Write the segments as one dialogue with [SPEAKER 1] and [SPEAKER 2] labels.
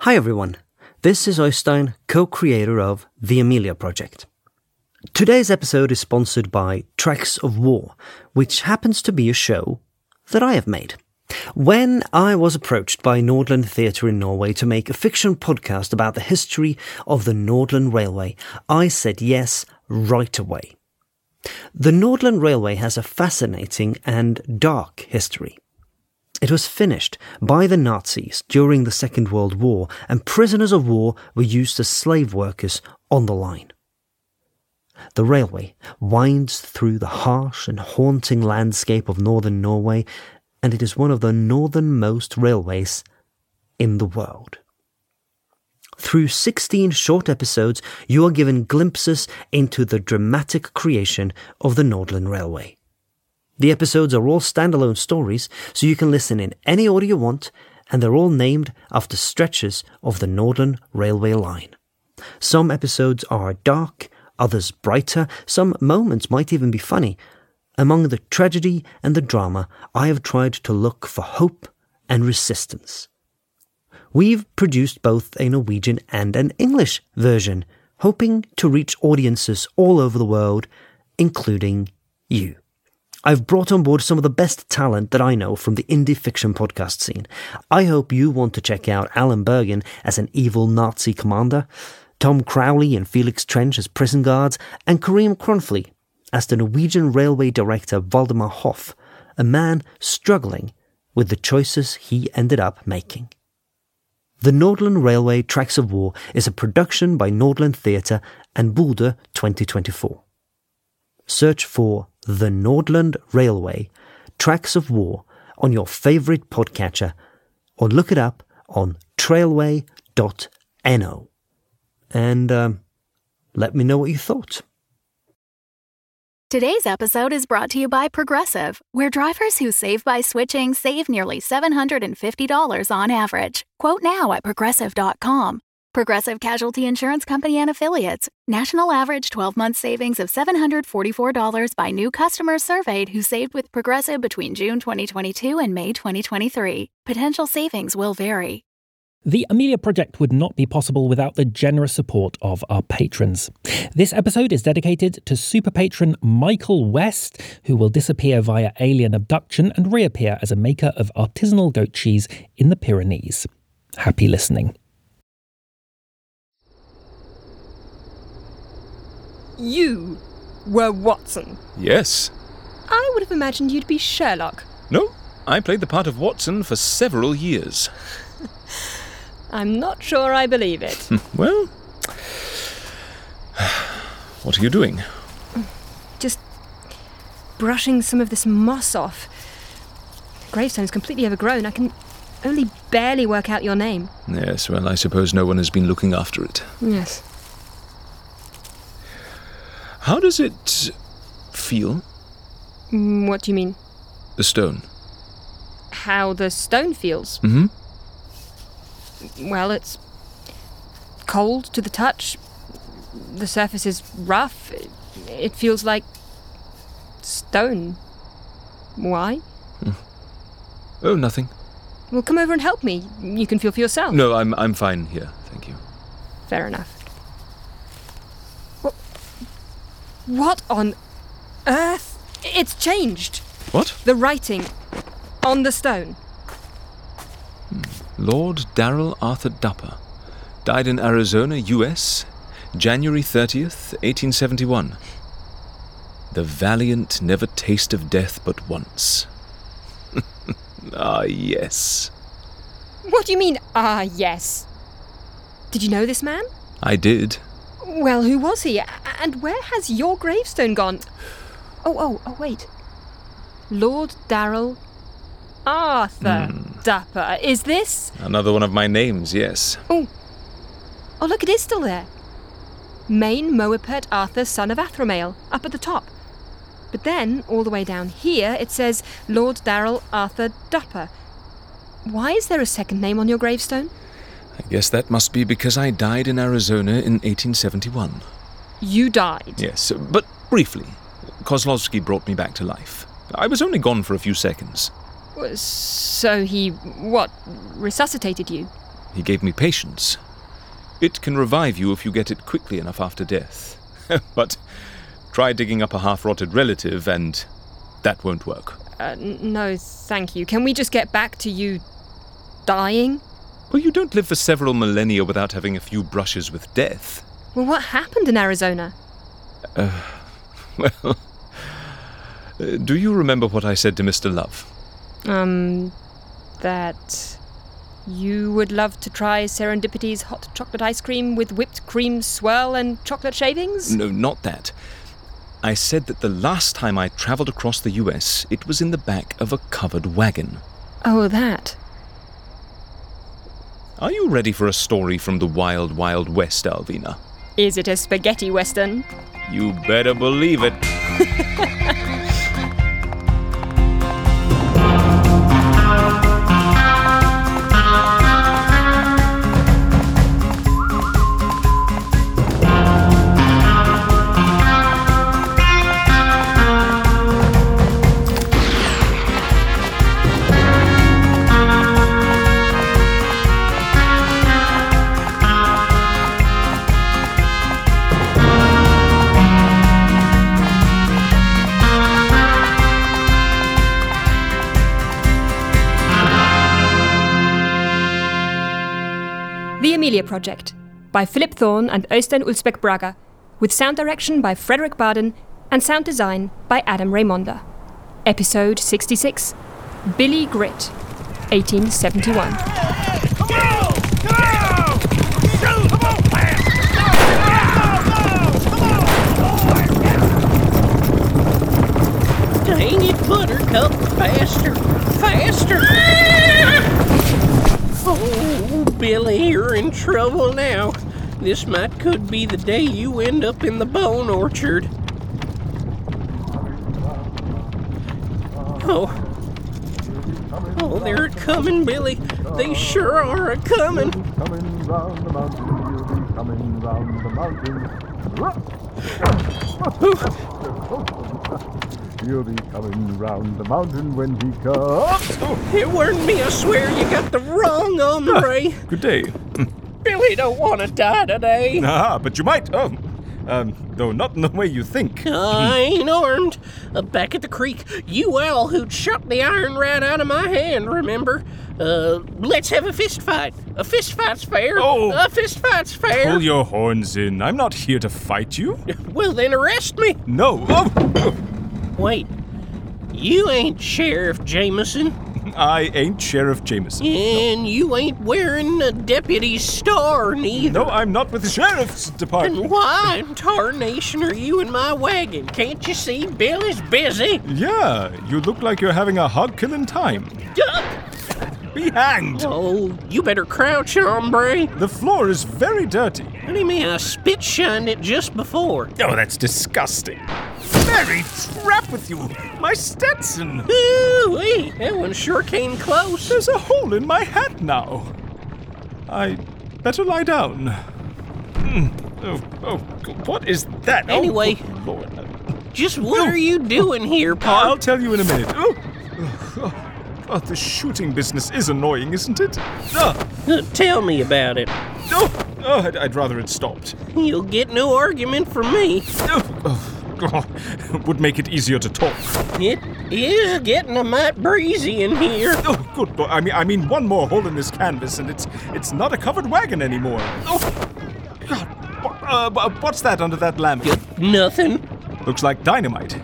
[SPEAKER 1] Hi everyone, this is Oystein, co creator of The Amelia Project. Today's episode is sponsored by Tracks of War, which happens to be a show that I have made. When I was approached by Nordland Theatre in Norway to make a fiction podcast about the history of the Nordland Railway, I said yes right away. The Nordland Railway has a fascinating and dark history. It was finished by the Nazis during the Second World War, and prisoners of war were used as slave workers on the line. The railway winds through the harsh and haunting landscape of northern Norway, and it is one of the northernmost railways in the world. Through 16 short episodes, you are given glimpses into the dramatic creation of the Nordland Railway. The episodes are all standalone stories, so you can listen in any order you want, and they're all named after stretches of the Northern Railway line. Some episodes are dark, others brighter, some moments might even be funny. Among the tragedy and the drama, I have tried to look for hope and resistance. We've produced both a Norwegian and an English version, hoping to reach audiences all over the world, including you. I've brought on board some of the best talent that I know from the indie fiction podcast scene. I hope you want to check out Alan Bergen as an evil Nazi commander, Tom Crowley and Felix Trench as prison guards, and Kareem Cronfley as the Norwegian railway director Valdemar Hoff, a man struggling with the choices he ended up making. The Nordland Railway Tracks of War is a production by Nordland Theatre and Boulder 2024. Search for The Nordland Railway Tracks of War on your favourite podcatcher or look it up on trailway.no. And um, let me know what you thought.
[SPEAKER 2] Today's episode is brought to you by Progressive, where drivers who save by switching save nearly $750 on average. Quote now at progressive.com. Progressive Casualty Insurance Company and Affiliates. National average 12 month savings of $744 by new customers surveyed who saved with Progressive between June 2022 and May 2023. Potential savings will vary.
[SPEAKER 3] The Amelia Project would not be possible without the generous support of our patrons. This episode is dedicated to super patron Michael West, who will disappear via alien abduction and reappear as a maker of artisanal goat cheese in the Pyrenees. Happy listening.
[SPEAKER 4] You were Watson.
[SPEAKER 5] Yes.
[SPEAKER 4] I would have imagined you'd be Sherlock.
[SPEAKER 5] No, I played the part of Watson for several years.
[SPEAKER 4] I'm not sure I believe it.
[SPEAKER 5] Well, what are you doing?
[SPEAKER 4] Just brushing some of this moss off. The gravestone's completely overgrown. I can only barely work out your name.
[SPEAKER 5] Yes, well, I suppose no one has been looking after it.
[SPEAKER 4] Yes.
[SPEAKER 5] How does it feel?
[SPEAKER 4] Mm, What do you mean?
[SPEAKER 5] The stone.
[SPEAKER 4] How the stone feels?
[SPEAKER 5] Mm-hmm.
[SPEAKER 4] Well, it's cold to the touch. The surface is rough. It- It feels like stone. Why?
[SPEAKER 5] Oh, nothing.
[SPEAKER 4] Well, come over and help me. You can feel for yourself.
[SPEAKER 5] No, I'm I'm fine here. Thank you.
[SPEAKER 4] Fair enough. What, what on earth? It's changed.
[SPEAKER 5] What?
[SPEAKER 4] The writing on the stone.
[SPEAKER 5] Lord Darrell Arthur Dupper died in Arizona, U.S., January 30th, 1871. The valiant never taste of death but once. ah, yes.
[SPEAKER 4] What do you mean, ah, yes? Did you know this man?
[SPEAKER 5] I did.
[SPEAKER 4] Well, who was he? A- And where has your gravestone gone? Oh, oh, oh, wait. Lord Darrell Arthur Dapper. Is this?
[SPEAKER 5] Another one of my names, yes.
[SPEAKER 4] Oh, look, it is still there. Main Moapert Arthur, son of Athramael, up at the top. But then, all the way down here, it says Lord Darrell Arthur Dupper. Why is there a second name on your gravestone?
[SPEAKER 5] I guess that must be because I died in Arizona in 1871.
[SPEAKER 4] You died.
[SPEAKER 5] Yes, but briefly, Kozlowski brought me back to life. I was only gone for a few seconds.
[SPEAKER 4] So he, what, resuscitated you?
[SPEAKER 6] He gave me patience. It can revive you if you get it quickly enough after death. but try digging up a half rotted relative, and that won't work.
[SPEAKER 4] Uh, n- no, thank you. Can we just get back to you dying?
[SPEAKER 6] Well, you don't live for several millennia without having a few brushes with death.
[SPEAKER 4] Well, what happened in Arizona?
[SPEAKER 6] Well, uh, do you remember what I said to Mr. Love?
[SPEAKER 4] Um, that you would love to try Serendipity's hot chocolate ice cream with whipped cream swirl and chocolate shavings?
[SPEAKER 6] No, not that. I said that the last time I travelled across the US, it was in the back of a covered wagon.
[SPEAKER 4] Oh, that.
[SPEAKER 6] Are you ready for a story from the wild, wild west, Alvina?
[SPEAKER 4] Is it a spaghetti western?
[SPEAKER 6] You better believe it.
[SPEAKER 4] The Amelia Project by Philip Thorne and Øystein Ulsbæk Braga, with sound direction by Frederick Barden and sound design by Adam Raimonda. Episode 66 Billy Grit, 1871.
[SPEAKER 7] Dang it, Buttercup! Faster! Faster! Oh, Billy, you're in trouble now. This might could be the day you end up in the bone orchard. Oh. Oh, they're a coming, Billy. They sure are a coming.
[SPEAKER 8] Coming round the mountain, you'll be coming round the mountain. You'll be coming round the mountain when he comes.
[SPEAKER 7] It weren't me, I swear. You got the wrong hombre.
[SPEAKER 6] Good day.
[SPEAKER 7] Billy don't want to die today.
[SPEAKER 6] Ah, but you might. Oh, um, though not in the way you think.
[SPEAKER 7] I ain't armed. Uh, back at the creek, you owl who'd shot the iron rat out of my hand, remember? Uh, let's have a fist fight. A fist fight's fair.
[SPEAKER 9] Oh.
[SPEAKER 7] A fist fight's fair.
[SPEAKER 9] Pull your horns in. I'm not here to fight you.
[SPEAKER 7] Well, then arrest me.
[SPEAKER 9] No. Oh,
[SPEAKER 7] Wait. You ain't Sheriff Jameson,
[SPEAKER 9] I ain't Sheriff Jameson.
[SPEAKER 7] and you ain't wearing a deputy's star neither.
[SPEAKER 9] No, I'm not with the sheriff's
[SPEAKER 7] Then
[SPEAKER 9] department.
[SPEAKER 7] why in tarnation are you in my wagon? Can't you see Billy's busy?
[SPEAKER 9] Yeah, you look like you're having a hog killing time.
[SPEAKER 7] Duh.
[SPEAKER 9] Be hanged.
[SPEAKER 7] Oh, you better crouch, hombre.
[SPEAKER 9] The floor is very dirty.
[SPEAKER 7] What do you mean? I spit shined it just before.
[SPEAKER 9] Oh, that's disgusting. Very trap with you. My Stetson.
[SPEAKER 7] Ooh, hey, that one sure came close.
[SPEAKER 9] There's a hole in my hat now. I better lie down. Mm. Oh, oh, what is that? Oh,
[SPEAKER 7] Anyway.
[SPEAKER 9] good Lord.
[SPEAKER 7] Just what are you doing here,
[SPEAKER 9] I'll
[SPEAKER 7] Pop?
[SPEAKER 9] tell you in a minute. Oh, oh, oh, the shooting business is annoying, isn't it? Ah,
[SPEAKER 7] Uh, Tell me about it.
[SPEAKER 9] oh, oh, I'd, I'd rather it stopped.
[SPEAKER 7] You'll get no argument from me.
[SPEAKER 9] Oh, oh, God, would make it easier to talk.
[SPEAKER 7] It is getting a mite breezy in here.
[SPEAKER 9] Oh, good. Lord, I mean, I mean, one more hole in this canvas, and it's it's not a covered wagon anymore. Oh, God. wha- Uh, wha- what's that under that lamp?
[SPEAKER 7] Nothing.
[SPEAKER 9] Looks like dynamite.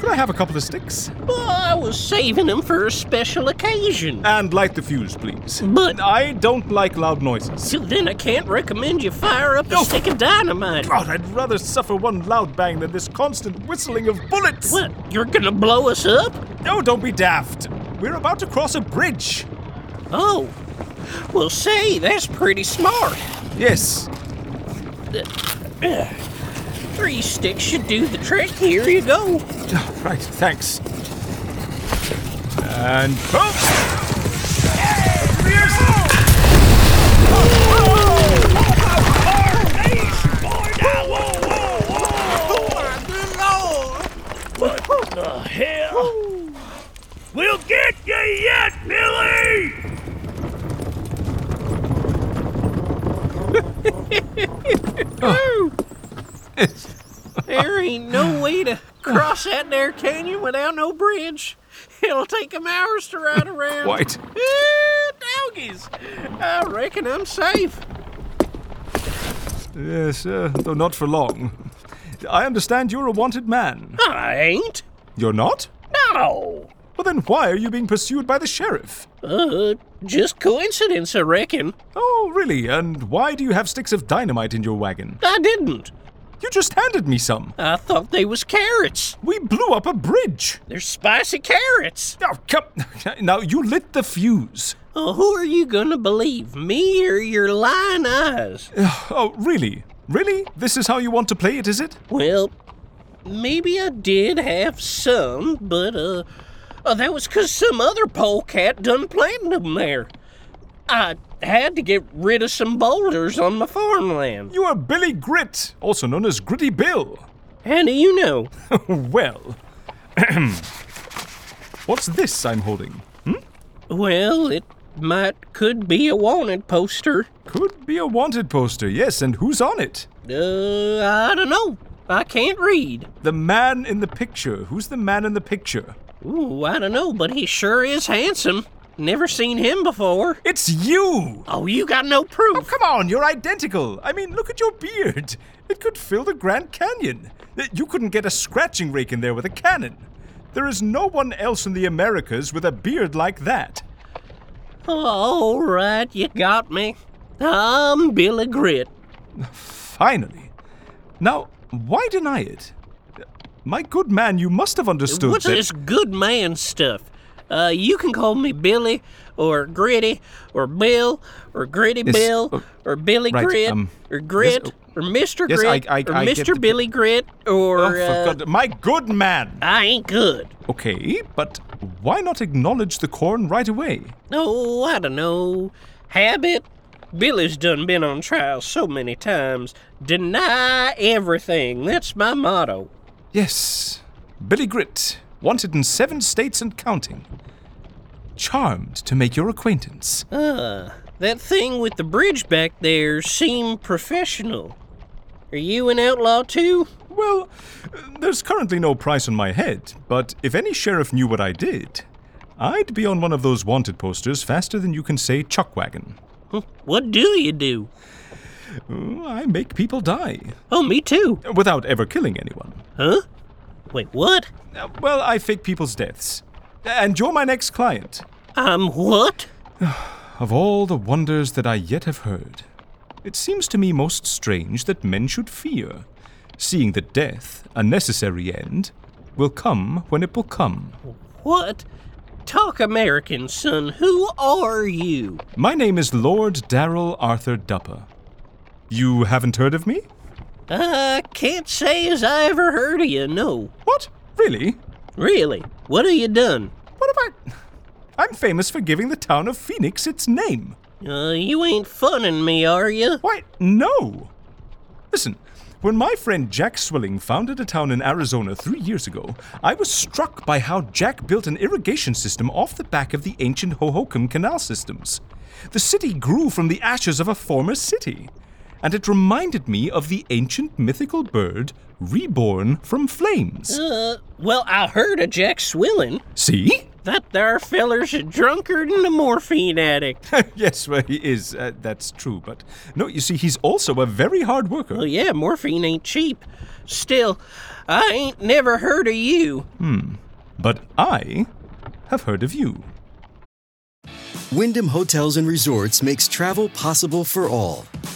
[SPEAKER 9] Could I have a couple of sticks?
[SPEAKER 7] Well, I was saving them for a special occasion.
[SPEAKER 9] And light the fuse, please.
[SPEAKER 7] But-
[SPEAKER 9] I don't like loud noises.
[SPEAKER 7] So then I can't recommend you fire up a
[SPEAKER 9] No.
[SPEAKER 7] stick of dynamite.
[SPEAKER 9] God, Oh, I'd rather suffer one loud bang than this constant whistling of bullets.
[SPEAKER 7] What? You're gonna blow us up?
[SPEAKER 9] No, don't be daft. We're about to cross a bridge.
[SPEAKER 7] Oh. Well, say, that's pretty smart.
[SPEAKER 9] Yes.
[SPEAKER 7] Three sticks should do the trick. Here you go.
[SPEAKER 9] Right, thanks. And oh! boom!
[SPEAKER 7] There ain't no way to cross that there canyon without no bridge. It'll take 'em hours to ride around.
[SPEAKER 6] Quite.
[SPEAKER 7] Eh, doggies. I reckon I'm safe.
[SPEAKER 6] Yes, uh, though not for long. I understand you're a wanted man.
[SPEAKER 7] I ain't.
[SPEAKER 6] You're not?
[SPEAKER 7] No.
[SPEAKER 6] Well, then why are you being pursued by the sheriff?
[SPEAKER 7] Uh, just coincidence, I reckon.
[SPEAKER 6] Oh, really? And why do you have sticks of dynamite in your wagon?
[SPEAKER 7] I didn't.
[SPEAKER 6] You just handed me some.
[SPEAKER 7] I thought they was carrots.
[SPEAKER 6] We blew up a bridge.
[SPEAKER 7] They're spicy carrots.
[SPEAKER 6] Now, come. Now, you lit the fuse.
[SPEAKER 7] Oh, who are you gonna believe, me or your lying eyes?
[SPEAKER 6] Oh, really? Really? This is how you want to play it, is it?
[SPEAKER 7] Well, maybe I did have some, but uh, uh that was 'cause some other polecat done planted 'em there. I had to get rid of some boulders on my farmland.
[SPEAKER 6] You are Billy Grit, also known as Gritty Bill.
[SPEAKER 7] How do you know?
[SPEAKER 6] Well, what's this I'm holding?
[SPEAKER 7] Well, it might could be a wanted poster.
[SPEAKER 6] Could be a wanted poster, yes, and who's on it?
[SPEAKER 7] Uh, I don't know. I can't read.
[SPEAKER 6] The man in the picture. Who's the man in the picture?
[SPEAKER 7] Ooh, I don't know, but he sure is handsome. Never seen him before.
[SPEAKER 6] It's you!
[SPEAKER 7] Oh, you got no proof.
[SPEAKER 6] Oh, come on, you're identical. I mean, look at your beard. It could fill the Grand Canyon. Uh, You couldn't get a scratching rake in there with a cannon. There is no one else in the Americas with a beard like that.
[SPEAKER 7] All right, you got me. I'm Billy Grit.
[SPEAKER 6] Finally. Now, why deny it? My good man, you must have understood
[SPEAKER 7] What's
[SPEAKER 6] that.
[SPEAKER 7] this good man stuff? Uh, you can call me Billy, or Gritty, or Bill, or Gritty
[SPEAKER 6] Yes,
[SPEAKER 7] Bill,
[SPEAKER 6] oh,
[SPEAKER 7] or Billy
[SPEAKER 6] right,
[SPEAKER 7] Grit,
[SPEAKER 6] um,
[SPEAKER 7] or Grit,
[SPEAKER 6] yes,
[SPEAKER 7] or Mr.
[SPEAKER 6] yes, I-
[SPEAKER 7] Grit,
[SPEAKER 6] I-
[SPEAKER 7] or
[SPEAKER 6] I get
[SPEAKER 7] Mr.
[SPEAKER 6] the-
[SPEAKER 7] Billy Grit, or
[SPEAKER 6] Oh, for
[SPEAKER 7] uh,
[SPEAKER 6] God- my good man!
[SPEAKER 7] I ain't good.
[SPEAKER 6] Okay, but why not acknowledge the corn right away?
[SPEAKER 7] Oh, I don't know. Habit. Billy's done been on trial so many times. Deny everything. That's my motto.
[SPEAKER 6] Yes, Billy Grit, wanted in seven states and counting. Charmed to make your acquaintance.
[SPEAKER 7] Ah, that thing with the bridge back there seemed professional. Are you an outlaw too?
[SPEAKER 6] Well, uh, there's currently no price on my head, but if any sheriff knew what I did, I'd be on one of those wanted posters faster than you can say chuckwagon.
[SPEAKER 7] What do you do?
[SPEAKER 6] Oh, I make people die
[SPEAKER 7] Oh, me too.
[SPEAKER 6] without ever killing anyone.
[SPEAKER 7] Huh? Wait, what?
[SPEAKER 6] Uh, Well, I fake people's deaths. And you're my next client.
[SPEAKER 7] I'm what?
[SPEAKER 6] Of all the wonders that I yet have heard, it seems to me most strange that men should fear, seeing that death, a necessary end, will come when it will come.
[SPEAKER 7] What? Talk American, son. Who are you?
[SPEAKER 6] My name is Lord Darrell Arthur Dupper. You haven't heard of me?
[SPEAKER 7] I can't say as I ever heard of you, no.
[SPEAKER 6] What? Really?
[SPEAKER 7] Really? What have you done?
[SPEAKER 6] What have I. I'm famous for giving the town of Phoenix its name.
[SPEAKER 7] Uh, you ain't funning me, are you?
[SPEAKER 6] Why, no! Listen, when my friend Jack Swilling founded a town in Arizona three years ago, I was struck by how Jack built an irrigation system off the back of the ancient Hohokam canal systems. The city grew from the ashes of a former city, and it reminded me of the ancient mythical bird reborn from flames.
[SPEAKER 7] Uh, well, I heard of Jack Swilling.
[SPEAKER 6] See?
[SPEAKER 7] That there feller's a drunkard and a morphine addict.
[SPEAKER 6] yes, well, he is. Uh, that's true. But no, you see, he's also a very hard worker.
[SPEAKER 7] well, Oh, yeah, morphine ain't cheap. Still, I ain't never heard of you.
[SPEAKER 6] But I have heard of you.
[SPEAKER 10] Wyndham Hotels and Resorts makes travel possible for all.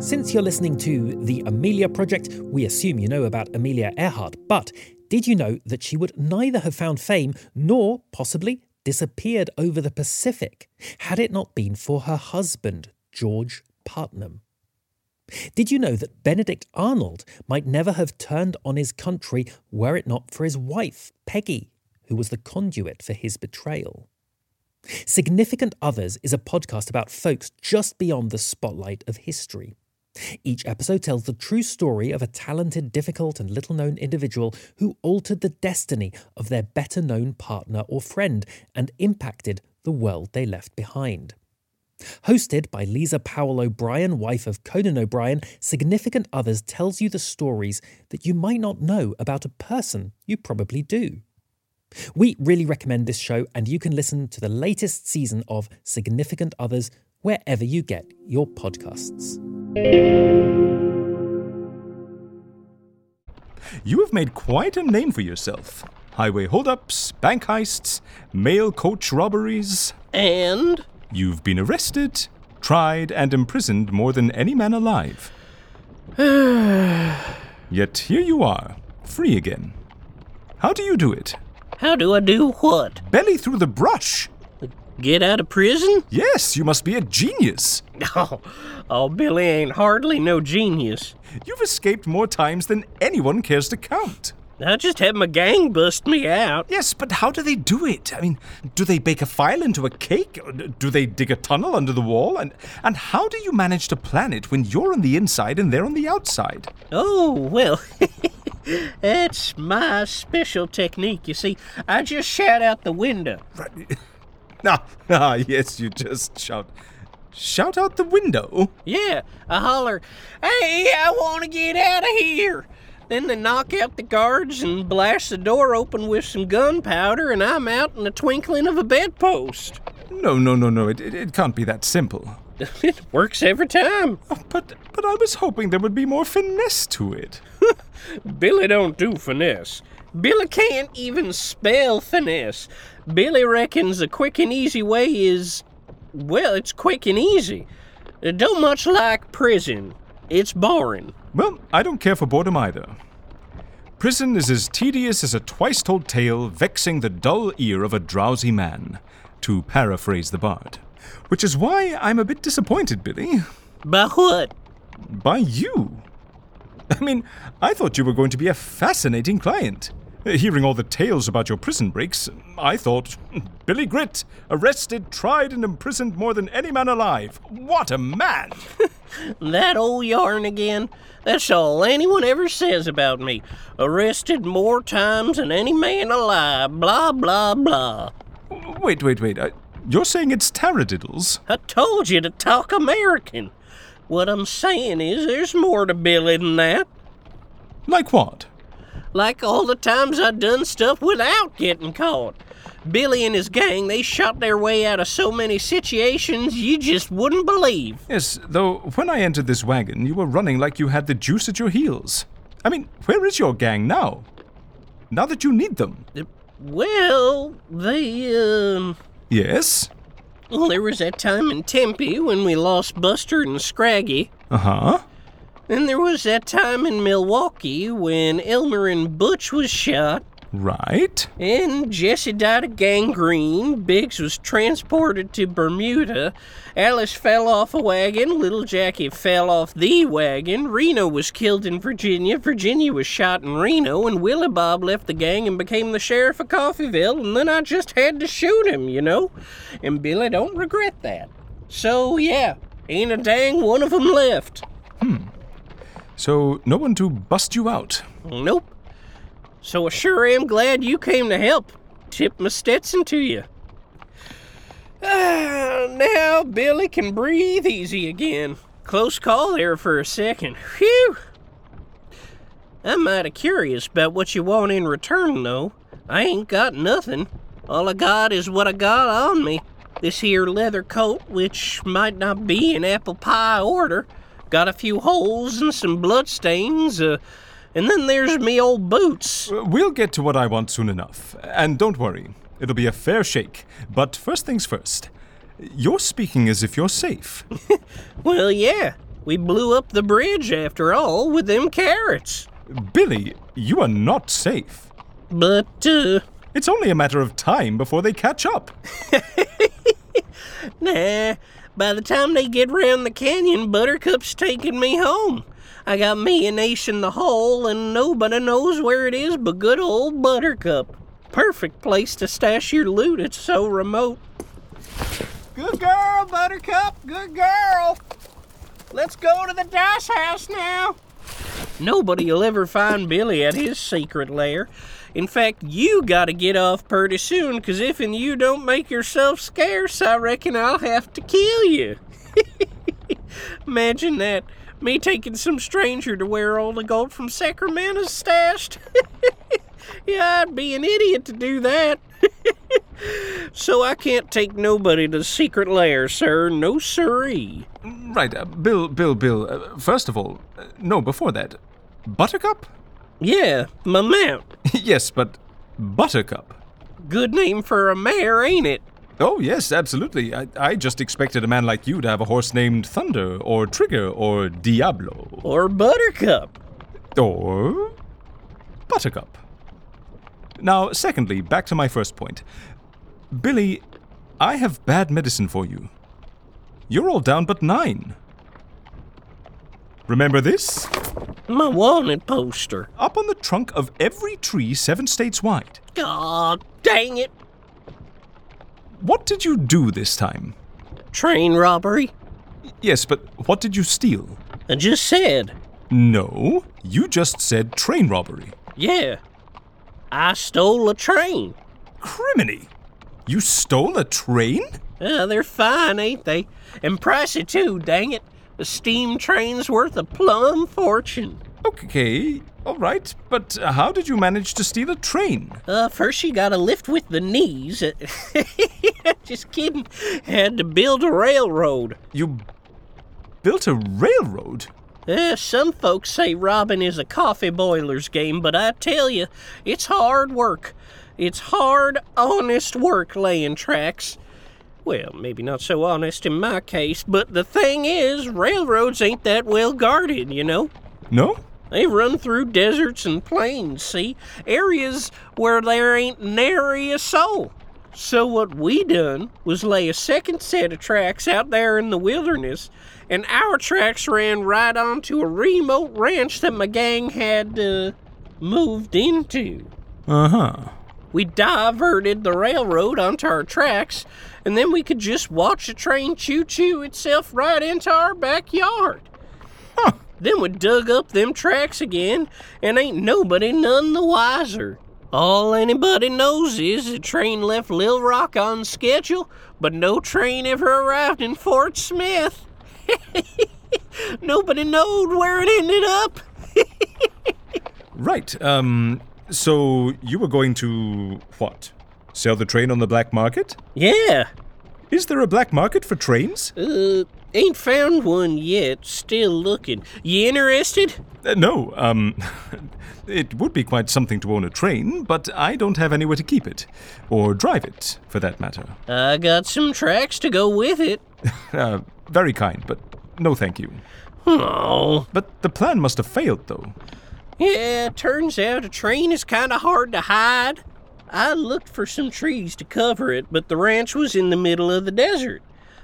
[SPEAKER 3] Since you're listening to The Amelia Project, we assume you know about Amelia Earhart, but did you know that she would neither have found fame nor possibly disappeared over the Pacific had it not been for her husband, George Putnam? Did you know that Benedict Arnold might never have turned on his country were it not for his wife, Peggy, who was the conduit for his betrayal? Significant Others is a podcast about folks just beyond the spotlight of history. Each episode tells the true story of a talented, difficult, and little known individual who altered the destiny of their better known partner or friend and impacted the world they left behind. Hosted by Lisa Powell O'Brien, wife of Conan O'Brien, Significant Others tells you the stories that you might not know about a person you probably do. We really recommend this show, and you can listen to the latest season of Significant Others wherever you get your podcasts.
[SPEAKER 6] You have made quite a name for yourself. Highway holdups, bank heists, mail coach robberies.
[SPEAKER 7] And
[SPEAKER 6] You've been arrested, tried, and imprisoned more than any man alive. Yet here you are, free again. How do you do it?
[SPEAKER 7] how do I do what?
[SPEAKER 6] Belly through the brush!
[SPEAKER 7] Get out of prison?
[SPEAKER 6] Yes, you must be a genius!
[SPEAKER 7] Oh, oh, Billy ain't hardly no genius.
[SPEAKER 6] You've escaped more times than anyone cares to count.
[SPEAKER 7] I just had my gang bust me out.
[SPEAKER 6] Yes, but how do they do it? I mean, do they bake a file into a cake? Or d- Do they dig a tunnel under the wall? And, and how do you manage to plan it when you're on the inside and they're on the outside?
[SPEAKER 7] Oh, well, that's my special technique. You see, I just shout out the window.
[SPEAKER 6] Right. Ah, ah, yes, you just shout. Shout out the window?
[SPEAKER 7] Yeah, I holler, hey, I want to get out of here. Then they knock out the guards and blast the door open with some gunpowder, and I'm out in the twinkling of a bedpost.
[SPEAKER 6] No, no, no, no, it, it, it can't be that simple.
[SPEAKER 7] it works every time.
[SPEAKER 6] Oh, but, but I was hoping there would be more finesse to it.
[SPEAKER 7] Billy don't do finesse. Billy can't even spell finesse. Billy reckons the quick and easy way is, well, it's quick and easy. It don't much like prison. It's boring.
[SPEAKER 6] Well, I don't care for boredom either. Prison is as tedious as a twice told tale vexing the dull ear of a drowsy man, to paraphrase the bard. Which is why I'm a bit disappointed, Billy,
[SPEAKER 7] But what?
[SPEAKER 6] by you. I mean, I thought you were going to be a fascinating client. Uh, Hearing all the tales about your prison breaks, I thought, Billy Grit, arrested, tried, and imprisoned more than any man alive. What a man!
[SPEAKER 7] That old yarn again? That's all anyone ever says about me. Arrested more times than any man alive. Blah, blah, blah.
[SPEAKER 6] Wait, wait, wait. Uh, you're saying it's taradiddles?
[SPEAKER 7] I told you to talk American. What I'm saying is there's more to Billy than that.
[SPEAKER 6] Like what?
[SPEAKER 7] like all the times I done stuff without getting caught. Billy and his gang, they shot their way out of so many situations you just wouldn't believe.
[SPEAKER 6] Yes, though when I entered this wagon, you were running like you had the juice at your heels. I mean, where is your gang now? Now that you need them.
[SPEAKER 7] Well, they, um,
[SPEAKER 6] Yes?
[SPEAKER 7] well, there was that time in Tempe when we lost Buster and Scraggy,
[SPEAKER 6] Uh huh.
[SPEAKER 7] and there was that time in Milwaukee when Elmer and Butch was shot,
[SPEAKER 6] Right?
[SPEAKER 7] And Jesse died of gangrene. Biggs was transported to Bermuda. Alice fell off a wagon. Little Jackie fell off the wagon. Reno was killed in Virginia. Virginia was shot in Reno. And Willie Bob left the gang and became the sheriff of Coffeeville. And then I just had to shoot him, you know? And Billy don't regret that. So, yeah, ain't a dang one of 'em left.
[SPEAKER 6] So, no one to bust you out.
[SPEAKER 7] Nope. So I sure am glad you came to help. Tip my Stetson to you. Ah, now Billy can breathe easy again. Close call there for a second. Phew! I'm mighty curious about what you want in return, though. I ain't got nothing. All I got is what I got on me. This here leather coat, which might not be an apple pie order. Got a few holes and some bloodstains, uh, and then there's me old boots.
[SPEAKER 6] Uh, We'll get to what I want soon enough. And don't worry, it'll be a fair shake. But first things first. You're speaking as if you're safe.
[SPEAKER 7] Well, yeah, we blew up the bridge after all with them carrots.
[SPEAKER 6] Billy, you are not safe.
[SPEAKER 7] But, uh,
[SPEAKER 6] It's only a matter of time before they catch up.
[SPEAKER 7] nah, By the time they get round the canyon, Buttercup's taking me home. I got me an ace in the hole, and nobody knows where it is but good old Buttercup. Perfect place to stash your loot, it's so remote.
[SPEAKER 11] Good girl, Buttercup, good girl. Let's go to the dice house now.
[SPEAKER 7] Nobody'll ever find Billy at his secret lair. In fact, you gotta get off pretty soon, 'cause if and you don't make yourself scarce, I reckon I'll have to kill you. Imagine that. Me taking some stranger to where all the gold from Sacramento's stashed. yeah, I'd be an idiot to do that. so I can't take nobody to the secret lair, sir. No siree.
[SPEAKER 6] Right, uh, Bill, Bill, Bill. Uh, first of all, uh, no, before that, Buttercup?
[SPEAKER 7] Yeah, my mount.
[SPEAKER 6] yes, but Buttercup.
[SPEAKER 7] Good name for a mare, ain't it?
[SPEAKER 6] Oh, yes, absolutely. I, I just expected a man like you to have a horse named Thunder, or Trigger, or Diablo.
[SPEAKER 7] Or Buttercup.
[SPEAKER 6] Or Buttercup. Now, secondly, back to my first point. Billy, I have bad medicine for you. You're all down but nine. Remember this?
[SPEAKER 7] My wanted poster.
[SPEAKER 6] Up on the trunk of every tree seven states wide.
[SPEAKER 7] God dang it.
[SPEAKER 6] What did you do this time?
[SPEAKER 7] Train robbery.
[SPEAKER 6] Yes, but what did you steal?
[SPEAKER 7] I just said.
[SPEAKER 6] No, you just said train robbery.
[SPEAKER 7] Yeah. I stole a train.
[SPEAKER 6] Criminy! You stole a train?
[SPEAKER 7] Uh, they're fine, ain't they? And pricey too, dang it. A steam train's worth a plumb fortune.
[SPEAKER 6] Okay, all right, but how did you manage to steal a train?
[SPEAKER 7] Uh, first you gotta lift with the knees. Just kidding. Had to build a railroad.
[SPEAKER 6] You built a railroad?
[SPEAKER 7] Uh, some folks say robbing is a coffee boiler's game, but I tell you, it's hard work. It's hard, honest work laying tracks. Well, maybe not so honest in my case, but the thing is, railroads ain't that well guarded, you know?
[SPEAKER 6] No?
[SPEAKER 7] They run through deserts and plains, see? Areas where there ain't nary a soul. So what we done was lay a second set of tracks out there in the wilderness, and our tracks ran right onto a remote ranch that my gang had uh, moved into.
[SPEAKER 6] Uh huh.
[SPEAKER 7] We diverted the railroad onto our tracks, and then we could just watch a train choo choo itself right into our backyard.
[SPEAKER 6] Huh.
[SPEAKER 7] Then we dug up them tracks again, and ain't nobody none the wiser. All anybody knows is the train left Little Rock on schedule, but no train ever arrived in Fort Smith. nobody knowed where it ended up.
[SPEAKER 6] Right, um, so you were going to. what? Sell the train on the black market?
[SPEAKER 7] yeah,
[SPEAKER 6] Is there a black market for trains?
[SPEAKER 7] uh, ain't found one yet. Still looking. You interested?
[SPEAKER 6] Uh, no, um. it would be quite something to own a train, but I don't have anywhere to keep it. Or drive it, for that matter.
[SPEAKER 7] I got some tracks to go with it.
[SPEAKER 6] Uh, very kind, but no thank you.
[SPEAKER 7] Oh.
[SPEAKER 6] But the plan must have failed, though.
[SPEAKER 7] Yeah, turns out a train is kind of hard to hide. I looked for some trees to cover it, but the ranch was in the middle of the desert.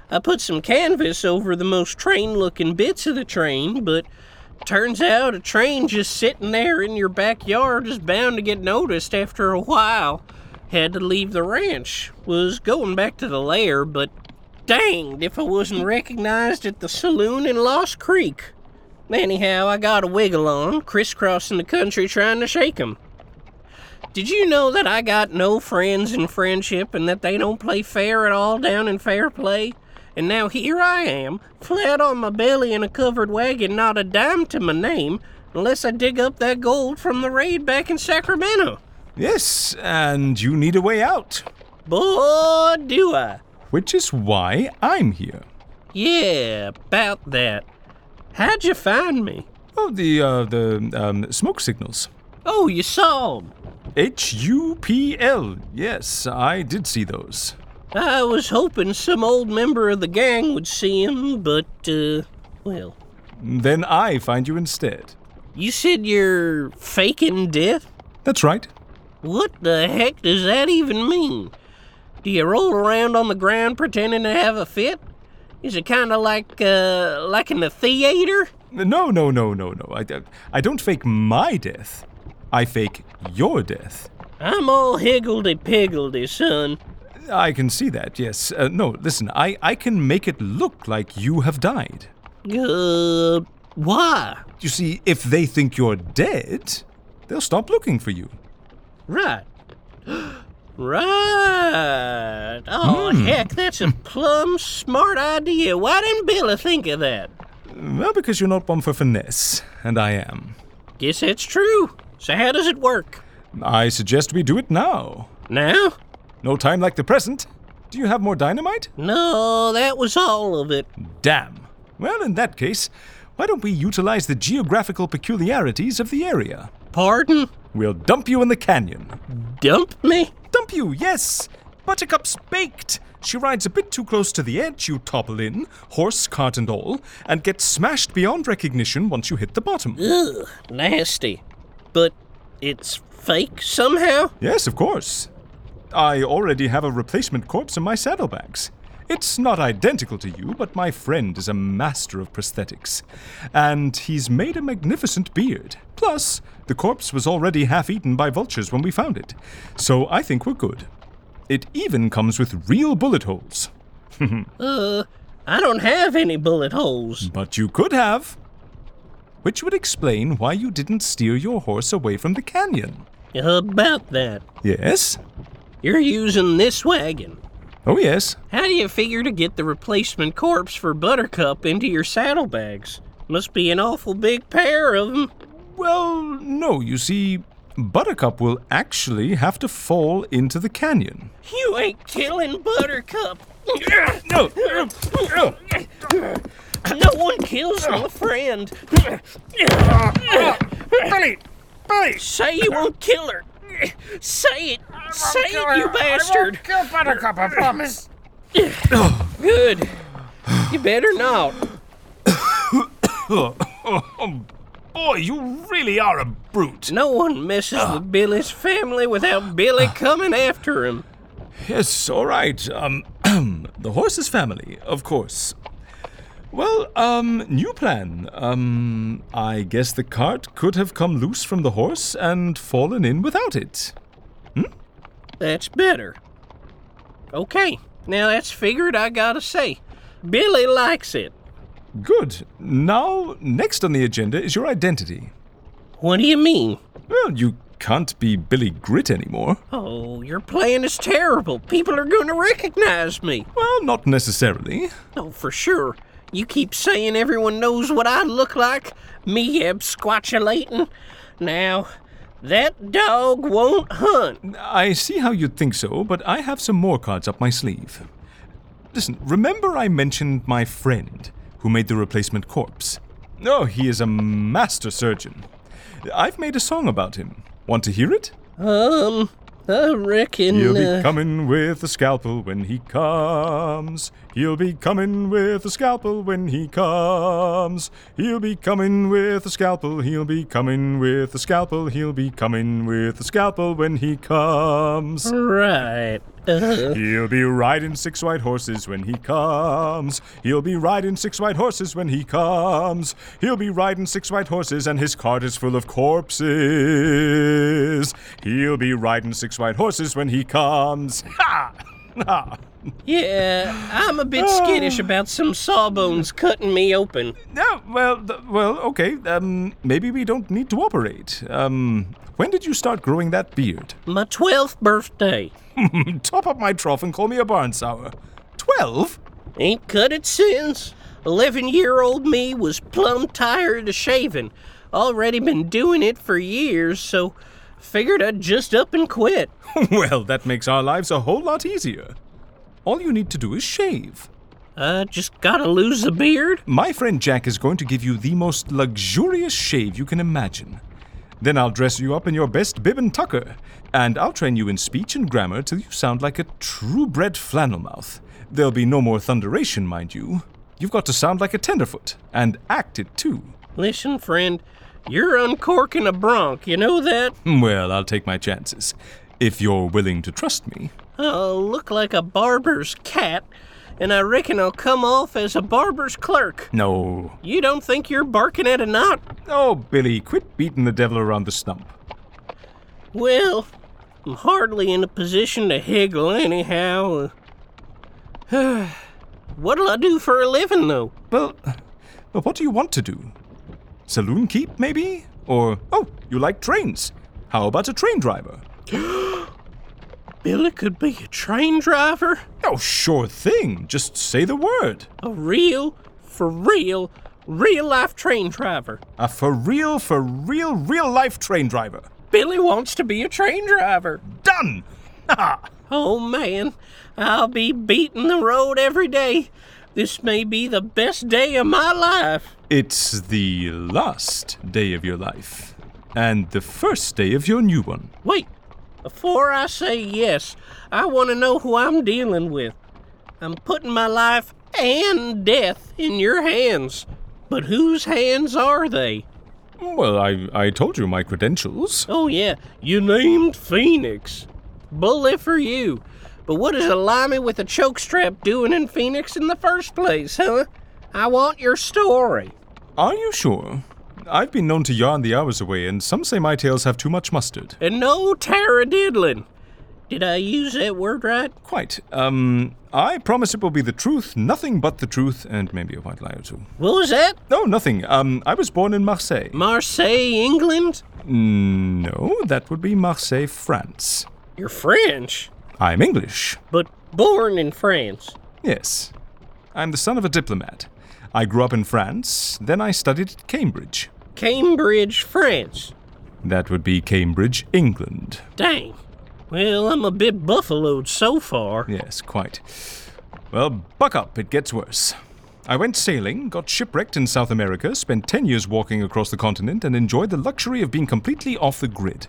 [SPEAKER 7] I put some canvas over the most train looking bits of the train, but turns out a train just sitting there in your backyard is bound to get noticed after a while. Had to leave the ranch. Was going back to the lair, but danged if I wasn't recognized at the saloon in Lost Creek. Anyhow, I got a wiggle on, crisscrossing the country trying to shake 'em. Did you know that I got no friends in friendship and that they don't play fair at all down in fair play? And now here I am, flat on my belly in a covered wagon, not a dime to my name, unless I dig up that gold from the raid back in Sacramento.
[SPEAKER 6] Yes, and you need a way out.
[SPEAKER 7] Boy, do I.
[SPEAKER 6] Which is why I'm here.
[SPEAKER 7] Yeah, about that. How'd you find me?
[SPEAKER 6] Oh, the uh, the um, smoke signals.
[SPEAKER 7] Oh, you saw 'em.
[SPEAKER 6] H U P L. Yes, I did see those.
[SPEAKER 7] I was hoping some old member of the gang would see him, but, uh, well.
[SPEAKER 6] Then I find you instead.
[SPEAKER 7] You said you're faking death?
[SPEAKER 6] That's right.
[SPEAKER 7] What the heck does that even mean? Do you roll around on the ground pretending to have a fit? Is it kind of like, uh, like in the theater?
[SPEAKER 6] No, no, no, no, no. I, I don't fake my death. I fake your death.
[SPEAKER 7] I'm all higgledy piggledy, son.
[SPEAKER 6] I can see that, yes. Uh, no, listen, I, I can make it look like you have died.
[SPEAKER 7] Uh, why?
[SPEAKER 6] You see, if they think you're dead, they'll stop looking for you.
[SPEAKER 7] Right. Right. Oh, heck, that's a plumb smart idea. Why didn't Billy think of that?
[SPEAKER 6] Well, because you're not one for finesse, and I am.
[SPEAKER 7] Guess that's true. So, how does it work?
[SPEAKER 6] I suggest we do it now.
[SPEAKER 7] Now?
[SPEAKER 6] No time like the present. Do you have more dynamite?
[SPEAKER 7] No, that was all of it.
[SPEAKER 6] Damn. Well, in that case, why don't we utilize the geographical peculiarities of the area?
[SPEAKER 7] Pardon?
[SPEAKER 6] We'll dump you in the canyon.
[SPEAKER 7] Dump me?
[SPEAKER 6] Dump you, yes! Buttercup's baked! She rides a bit too close to the edge, you topple in, horse, cart, and all, and get smashed beyond recognition once you hit the bottom.
[SPEAKER 7] Ugh, nasty. But it's fake somehow?
[SPEAKER 6] Yes, of course. I already have a replacement corpse in my saddlebags. It's not identical to you, but my friend is a master of prosthetics. And he's made a magnificent beard. Plus, the corpse was already half eaten by vultures when we found it. So I think we're good. It even comes with real bullet holes.
[SPEAKER 7] Uh, I don't have any bullet holes.
[SPEAKER 6] But you could have. Which would explain why you didn't steer your horse away from the canyon.
[SPEAKER 7] About that,
[SPEAKER 6] Yes?
[SPEAKER 7] you're using this wagon.
[SPEAKER 6] Oh, yes.
[SPEAKER 7] How do you figure to get the replacement corpse for Buttercup into your saddlebags? Must be an awful big pair of 'em.
[SPEAKER 6] Well, no, you see, Buttercup will actually have to fall into the canyon.
[SPEAKER 7] You ain't killing Buttercup.
[SPEAKER 6] No!
[SPEAKER 7] No one kills a friend.
[SPEAKER 11] Billy! Billy!
[SPEAKER 7] Say you won't kill her. Say it. Say it, you bastard.
[SPEAKER 11] I won't kill Buttercup, I promise.
[SPEAKER 7] Good. You better not.
[SPEAKER 6] Boy, you really are a brute.
[SPEAKER 7] No one messes with Billy's family without Billy coming after him.
[SPEAKER 6] Yes, all right. Um, the horse's family, of course. Well, um, new plan. Um, I guess the cart could have come loose from the horse and fallen in without it.
[SPEAKER 7] That's better. Okay, now that's figured, I gotta say. Billy likes it.
[SPEAKER 6] Good. Now, next on the agenda is your identity.
[SPEAKER 7] What do you mean?
[SPEAKER 6] Well, you can't be Billy Grit anymore.
[SPEAKER 7] Oh, your plan is terrible. People are gonna recognize me.
[SPEAKER 6] Well, not necessarily.
[SPEAKER 7] Oh, for sure. You keep saying everyone knows what I look like, me absquatulating. Now, that dog won't hunt.
[SPEAKER 6] I see how you'd think so, but I have some more cards up my sleeve. Listen, remember I mentioned my friend who made the replacement corpse? Oh, he is a master surgeon. I've made a song about him. Want to hear it?
[SPEAKER 7] Um, I reckon.
[SPEAKER 6] He'll be
[SPEAKER 7] uh,
[SPEAKER 6] coming with a scalpel when he comes. He'll be coming with a scalpel when he comes. He'll be coming with a scalpel. He'll be coming with a scalpel. He'll be coming with a scalpel when he comes.
[SPEAKER 7] Right. Uh,
[SPEAKER 6] He'll be riding six white horses when he comes. He'll be riding six white horses when he comes. He'll be riding six white horses and his cart is full of corpses. He'll be riding six white horses when he comes. Ha! Ha!
[SPEAKER 7] yeah, I'm a bit skittish about some sawbones cutting me open.
[SPEAKER 6] No, well, th- well, okay. Um, maybe we don't need to operate. Um, when did you start growing that beard?
[SPEAKER 7] My 12th birthday.
[SPEAKER 6] Top up my trough and call me a barn sour. Twelve?
[SPEAKER 7] Ain't cut it since. 11 year old me was plumb tired of shaving. Already been doing it for years, so figured I'd just up and quit.
[SPEAKER 6] well, that makes our lives a whole lot easier. All you need to do is shave.
[SPEAKER 7] I just gotta lose the beard.
[SPEAKER 6] My friend Jack is going to give you the most luxurious shave you can imagine. Then I'll dress you up in your best bib and tucker, and I'll train you in speech and grammar till you sound like a true bred flannel mouth. There'll be no more thunderation, mind you. You've got to sound like a tenderfoot, and act it too.
[SPEAKER 7] Listen, friend, you're uncorking a bronc, you know that?
[SPEAKER 6] Hmm, Well, I'll take my chances. If you're willing to trust me.
[SPEAKER 7] I'll look like a barber's cat and I reckon I'll come off as a barber's clerk.
[SPEAKER 6] No.
[SPEAKER 7] You don't think you're barking at a knot?
[SPEAKER 6] Oh, Billy, quit beating the devil around the stump.
[SPEAKER 7] Well, I'm hardly in a position to higgle, anyhow. What'll I do for a living, though?
[SPEAKER 6] Well, well, what do you want to do? Saloon keep, maybe? Or, oh, you like trains. How about a train driver?
[SPEAKER 7] Billy could be a train driver?
[SPEAKER 6] Oh, sure thing. Just say the word.
[SPEAKER 7] A real, for real, real life train driver.
[SPEAKER 6] A for real, for real, real life train driver.
[SPEAKER 7] Billy wants to be a train driver.
[SPEAKER 6] Done! Ha!
[SPEAKER 7] Oh man, I'll be beating the road every day. This may be the best day of my life.
[SPEAKER 6] it's the last day of your life. And the first day of your new one.
[SPEAKER 7] Wait, before I say yes, I want to know who I'm dealing with. I'm putting my life and death in your hands. But whose hands are they?
[SPEAKER 6] Well, I, I told you my credentials.
[SPEAKER 7] Oh, yeah, you named Phoenix. Bully for you. But what is a limey with a choke strap doing in Phoenix in the first place, huh? I want your story.
[SPEAKER 6] Are you sure? I've been known to yarn the hours away, and some say my tales have too much mustard.
[SPEAKER 7] And no taradiddling. Did I use that word right?
[SPEAKER 6] Quite. Um, I promise it will be the truth, nothing but the truth, and maybe a white lie or two.
[SPEAKER 7] What was that?
[SPEAKER 6] No, nothing. Um, I was born in Marseille.
[SPEAKER 7] Marseille, England?
[SPEAKER 6] Mm, No, that would be Marseille, France.
[SPEAKER 7] You're French,
[SPEAKER 6] I'm English.
[SPEAKER 7] but born in France.
[SPEAKER 6] Yes. I'm the son of a diplomat. I grew up in France, then I studied at Cambridge.
[SPEAKER 7] Cambridge, France.
[SPEAKER 6] That would be Cambridge, England.
[SPEAKER 7] Dang. Well, I'm a bit buffaloed so far.
[SPEAKER 6] Yes, quite. Well, buck up, it gets worse. I went sailing, got shipwrecked in South America, spent 10 years walking across the continent, and enjoyed the luxury of being completely off the grid.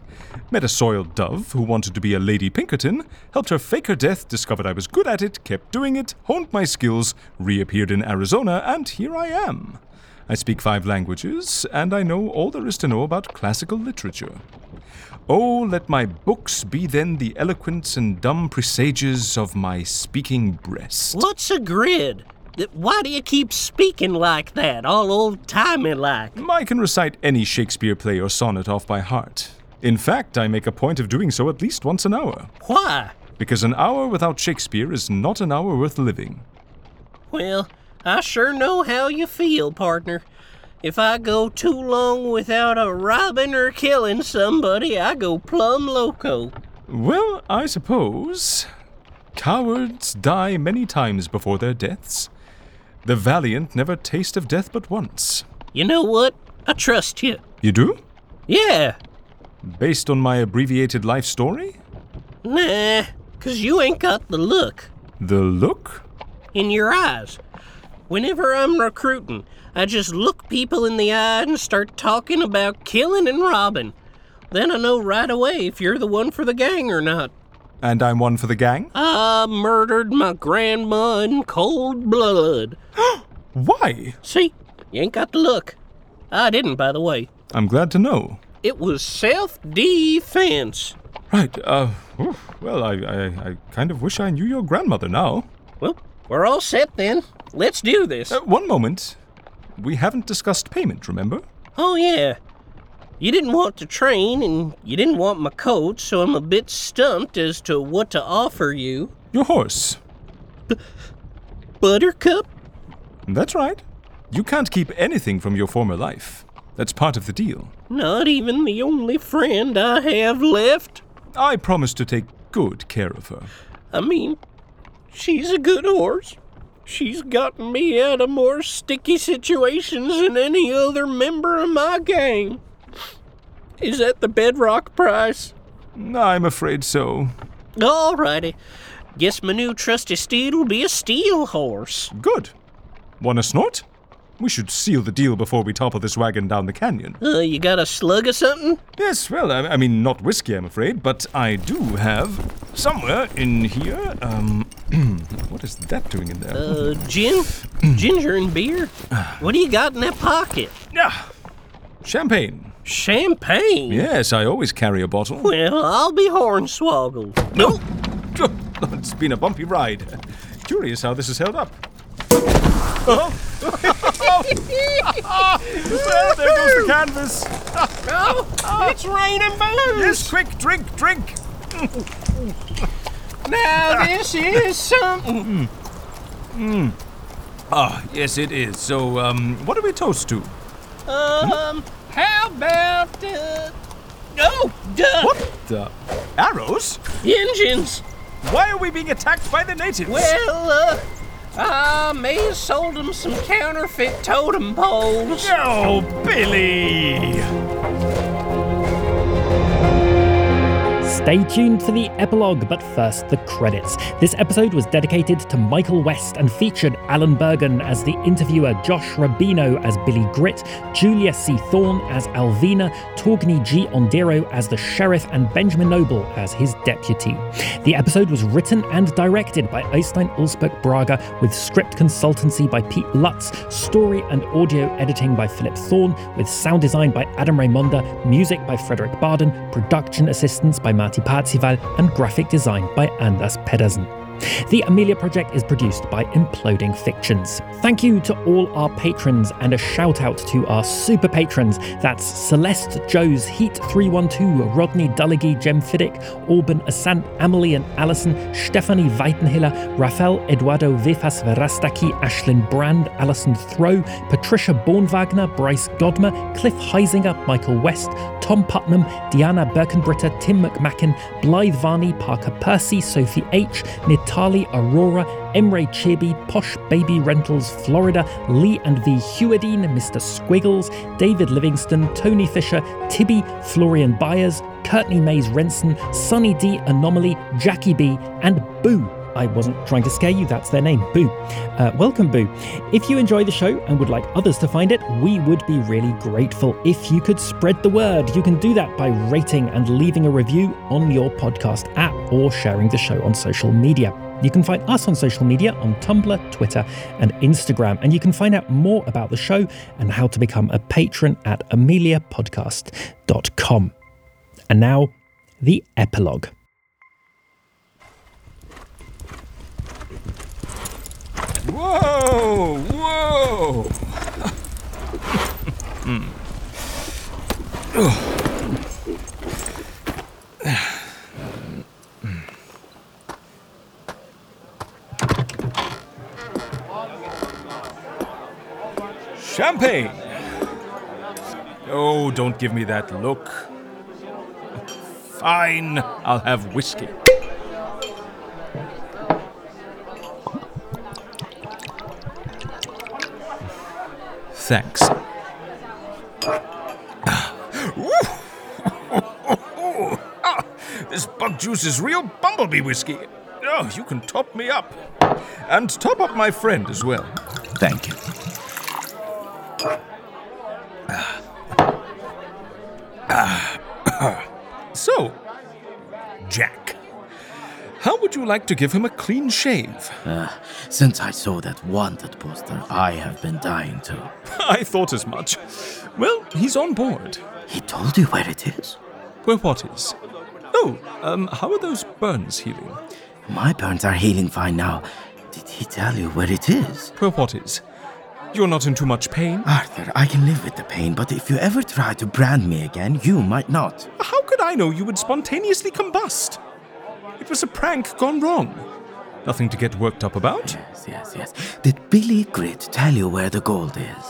[SPEAKER 6] Met a soiled dove who wanted to be a Lady Pinkerton, helped her fake her death, discovered I was good at it, kept doing it, honed my skills, reappeared in Arizona, and here I am. I speak five languages, and I know all there is to know about classical literature. Oh, let my books be then the eloquence and dumb presages of my speaking breast.
[SPEAKER 7] What's a grid? Th- Why do you keep speaking like that, all old timey like?
[SPEAKER 6] I can recite any Shakespeare play or sonnet off by heart. In fact, I make a point of doing so at least once an hour,
[SPEAKER 7] Why?
[SPEAKER 6] because an hour without Shakespeare is not an hour worth living.
[SPEAKER 7] Well, I sure know how you feel, partner. If I go too long without a robbing or killing somebody, I go plumb loco.
[SPEAKER 6] Well, I suppose. Cowards die many times before their deaths. The valiant never taste of death but once.
[SPEAKER 7] You know what? I trust you.
[SPEAKER 6] You do?
[SPEAKER 7] Yeah.
[SPEAKER 6] Based on my abbreviated life story?
[SPEAKER 7] Nah, 'cause you ain't got the look.
[SPEAKER 6] The look?
[SPEAKER 7] in your eyes. Whenever I'm recruiting, I just look people in the eye and start talking about killing and robbing. Then I know right away if you're the one for the gang or not.
[SPEAKER 6] And I'm one for the gang?
[SPEAKER 7] I murdered my grandma in cold blood.
[SPEAKER 6] Why?
[SPEAKER 7] See, you ain't got the look. I didn't, by the way.
[SPEAKER 6] I'm glad to know.
[SPEAKER 7] It was self defense.
[SPEAKER 6] Right, uh, oof, well, I, I, I kind of wish I knew your grandmother now.
[SPEAKER 7] Well, we're all set then. Let's do this.
[SPEAKER 6] Uh, one moment. We haven't discussed payment, remember?
[SPEAKER 7] Oh, yeah. You didn't want the train and you didn't want my coat, so I'm a bit stumped as to what to offer you.
[SPEAKER 6] Your horse.
[SPEAKER 7] Buttercup?
[SPEAKER 6] That's right. You can't keep anything from your former life. That's part of the deal.
[SPEAKER 7] Not even the only friend I have left.
[SPEAKER 6] I promise to take good care of her.
[SPEAKER 7] I mean, she's a good horse. She's gotten me out of more sticky situations than any other member of my gang. Is that the bedrock price?
[SPEAKER 6] I'm afraid so.
[SPEAKER 7] Alrighty. Guess my new trusty steed will be a steel horse.
[SPEAKER 6] Good. Want a snort? We should seal the deal before we topple this wagon down the canyon.
[SPEAKER 7] Uh, you got a slug or something?
[SPEAKER 6] Yes, well, I, I mean, not whiskey, I'm afraid, but I do have somewhere in here. Um, what is that doing in there?
[SPEAKER 7] Uh, gin? Ginger and beer? What do you got in that pocket?
[SPEAKER 6] Yeah. Ah, Champagne.
[SPEAKER 7] Champagne?
[SPEAKER 6] Yes, I always carry a bottle.
[SPEAKER 7] Well, I'll be hornswoggled.
[SPEAKER 6] No. it's been a bumpy ride. Curious how this is held up.
[SPEAKER 11] well,
[SPEAKER 6] there goes the canvas.
[SPEAKER 11] No, it's raining balloons.
[SPEAKER 6] Yes, quick, drink, drink.
[SPEAKER 11] Now this is something.
[SPEAKER 6] Mm. Mm. Ah, yes, it is. So, um, what do we toast to?
[SPEAKER 11] Um, how about uh, oh, duh.
[SPEAKER 6] What the? Arrows?
[SPEAKER 7] The engines.
[SPEAKER 6] Why are we being attacked by the natives?
[SPEAKER 7] Well,
[SPEAKER 11] uh, I may have sold them some counterfeit totem poles.
[SPEAKER 6] Oh, Billy!
[SPEAKER 3] Stay tuned for the epilogue, but first the credits. This episode was dedicated to Michael West and featured Alan Bergen as the interviewer, Josh Rabino as Billy Grit, Julia C. Thorne as Alvina, Torgny G. Ondero as the sheriff, and Benjamin Noble as his deputy. The episode was written and directed by Eystein Ulsberg Braga, with script consultancy by Pete Lutz, story and audio editing by Philip Thorne, with sound design by Adam Raimonda, music by Frederick Barden, production assistance by Marty Parzival and graphic design by Anders Pedersen. The Amelia Project is produced by Imploding Fictions. Thank you to all our patrons and a shout out to our super patrons. That's Celeste Joes, Heat312, Rodney Dullagy, Jem Fiddick, Alban Assant, Amelie and Allison, Stephanie Weitenhiller, Rafael Eduardo Vifas Verastaki, Ashlyn Brand, Alison Throw, Patricia Bornwagner, Bryce Godmer, Cliff Heisinger, Michael West, Tom Putnam, Diana Birkenbritter, Tim McMacken, Blythe Varney, Parker Percy, Sophie H., Nitali Aurora, Emre Chibi, Posh Baby Rentals Florida, Lee and V Hewardine, Mr. Squiggles, David Livingston, Tony Fisher, Tibby, Florian Byers, Courtney Mays Renson, Sunny D Anomaly, Jackie B, and Boo. I wasn't trying to scare you, that's their name, Boo. Uh, welcome, Boo. If you enjoy the show and would like others to find it, we would be really grateful if you could spread the word. You can do that by rating and leaving a review on your podcast app or sharing the show on social media. You can find us on social media on Tumblr, Twitter, and Instagram. And you can find out more about the show and how to become a patron at ameliapodcast.com. And now, the epilogue.
[SPEAKER 6] Whoa! Whoa! Hmm. Champagne! Oh, don't give me that look. Fine, I'll have whiskey. Thanks. Ah, this bug juice is real bumblebee whiskey. Oh, you can top me up. And top up my friend as well.
[SPEAKER 5] Thank you.
[SPEAKER 6] So, Jack, how would you like to give him a clean shave?
[SPEAKER 8] Uh, since I saw that wanted poster, I have been dying to.
[SPEAKER 6] I thought as much. Well, he's on board.
[SPEAKER 8] He told you where it is?
[SPEAKER 6] Where what is? Oh, um, how are those burns healing?
[SPEAKER 8] My burns are healing fine now. Did he tell you where it is?
[SPEAKER 6] Where what is? You're not in too much pain?
[SPEAKER 8] Arthur, I can live with the pain, but if you ever try to brand me again, you might not.
[SPEAKER 6] How could I know you would spontaneously combust? It was a prank gone wrong. Nothing to get worked up about.
[SPEAKER 8] Yes, yes, yes. Did Billy Grit tell you where the gold is?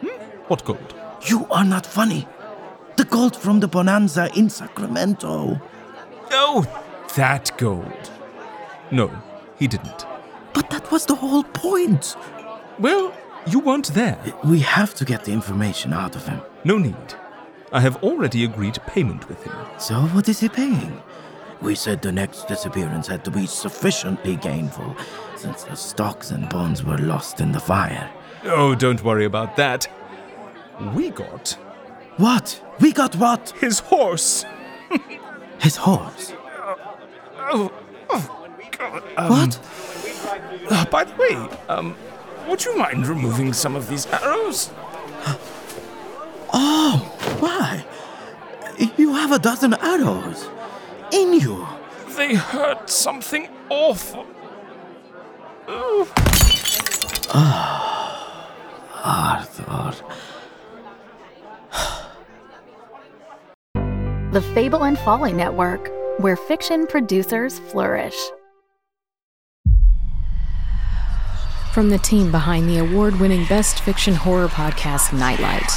[SPEAKER 6] Hmm? What gold?
[SPEAKER 8] You are not funny. The gold from the Bonanza in Sacramento.
[SPEAKER 6] Oh, that gold. No, he didn't.
[SPEAKER 8] But that was the whole point.
[SPEAKER 6] Well, you weren't there.
[SPEAKER 8] We have to get the information out of him.
[SPEAKER 6] No need. I have already agreed payment with him.
[SPEAKER 8] So, what is he paying? We said the next disappearance had to be sufficiently gainful, since the stocks and bonds were lost in the fire.
[SPEAKER 6] Oh, don't worry about that. We got.
[SPEAKER 8] What? We got what?
[SPEAKER 6] His horse.
[SPEAKER 8] His horse?
[SPEAKER 6] Oh, oh God. Um,
[SPEAKER 8] what?
[SPEAKER 6] Uh, by the way, um, would you mind removing some of these arrows?
[SPEAKER 8] Oh, why? You have a dozen arrows in you.
[SPEAKER 6] They hurt something awful.
[SPEAKER 12] Ah, Arthur.
[SPEAKER 2] The Fable and Folly Network, where fiction producers flourish.
[SPEAKER 4] From the team behind the award winning best fiction horror podcast, Nightlight.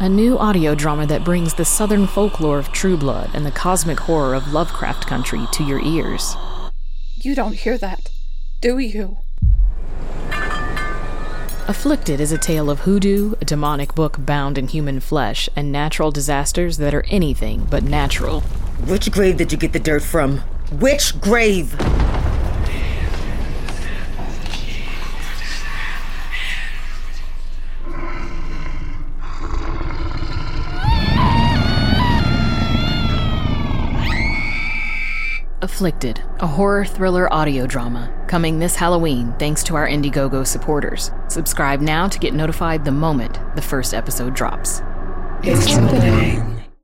[SPEAKER 4] A new audio drama that brings the southern folklore of True Blood and the cosmic horror of Lovecraft Country to your ears.
[SPEAKER 13] You don't hear that, do you?
[SPEAKER 4] Afflicted is a tale of hoodoo, a demonic book bound in human flesh, and natural disasters that are anything but natural.
[SPEAKER 9] Which grave did you get the dirt from? Which grave?
[SPEAKER 4] Afflicted, a horror thriller audio drama, coming this Halloween thanks to our Indiegogo supporters. Subscribe now to get notified the moment the first episode drops.
[SPEAKER 13] It's happening.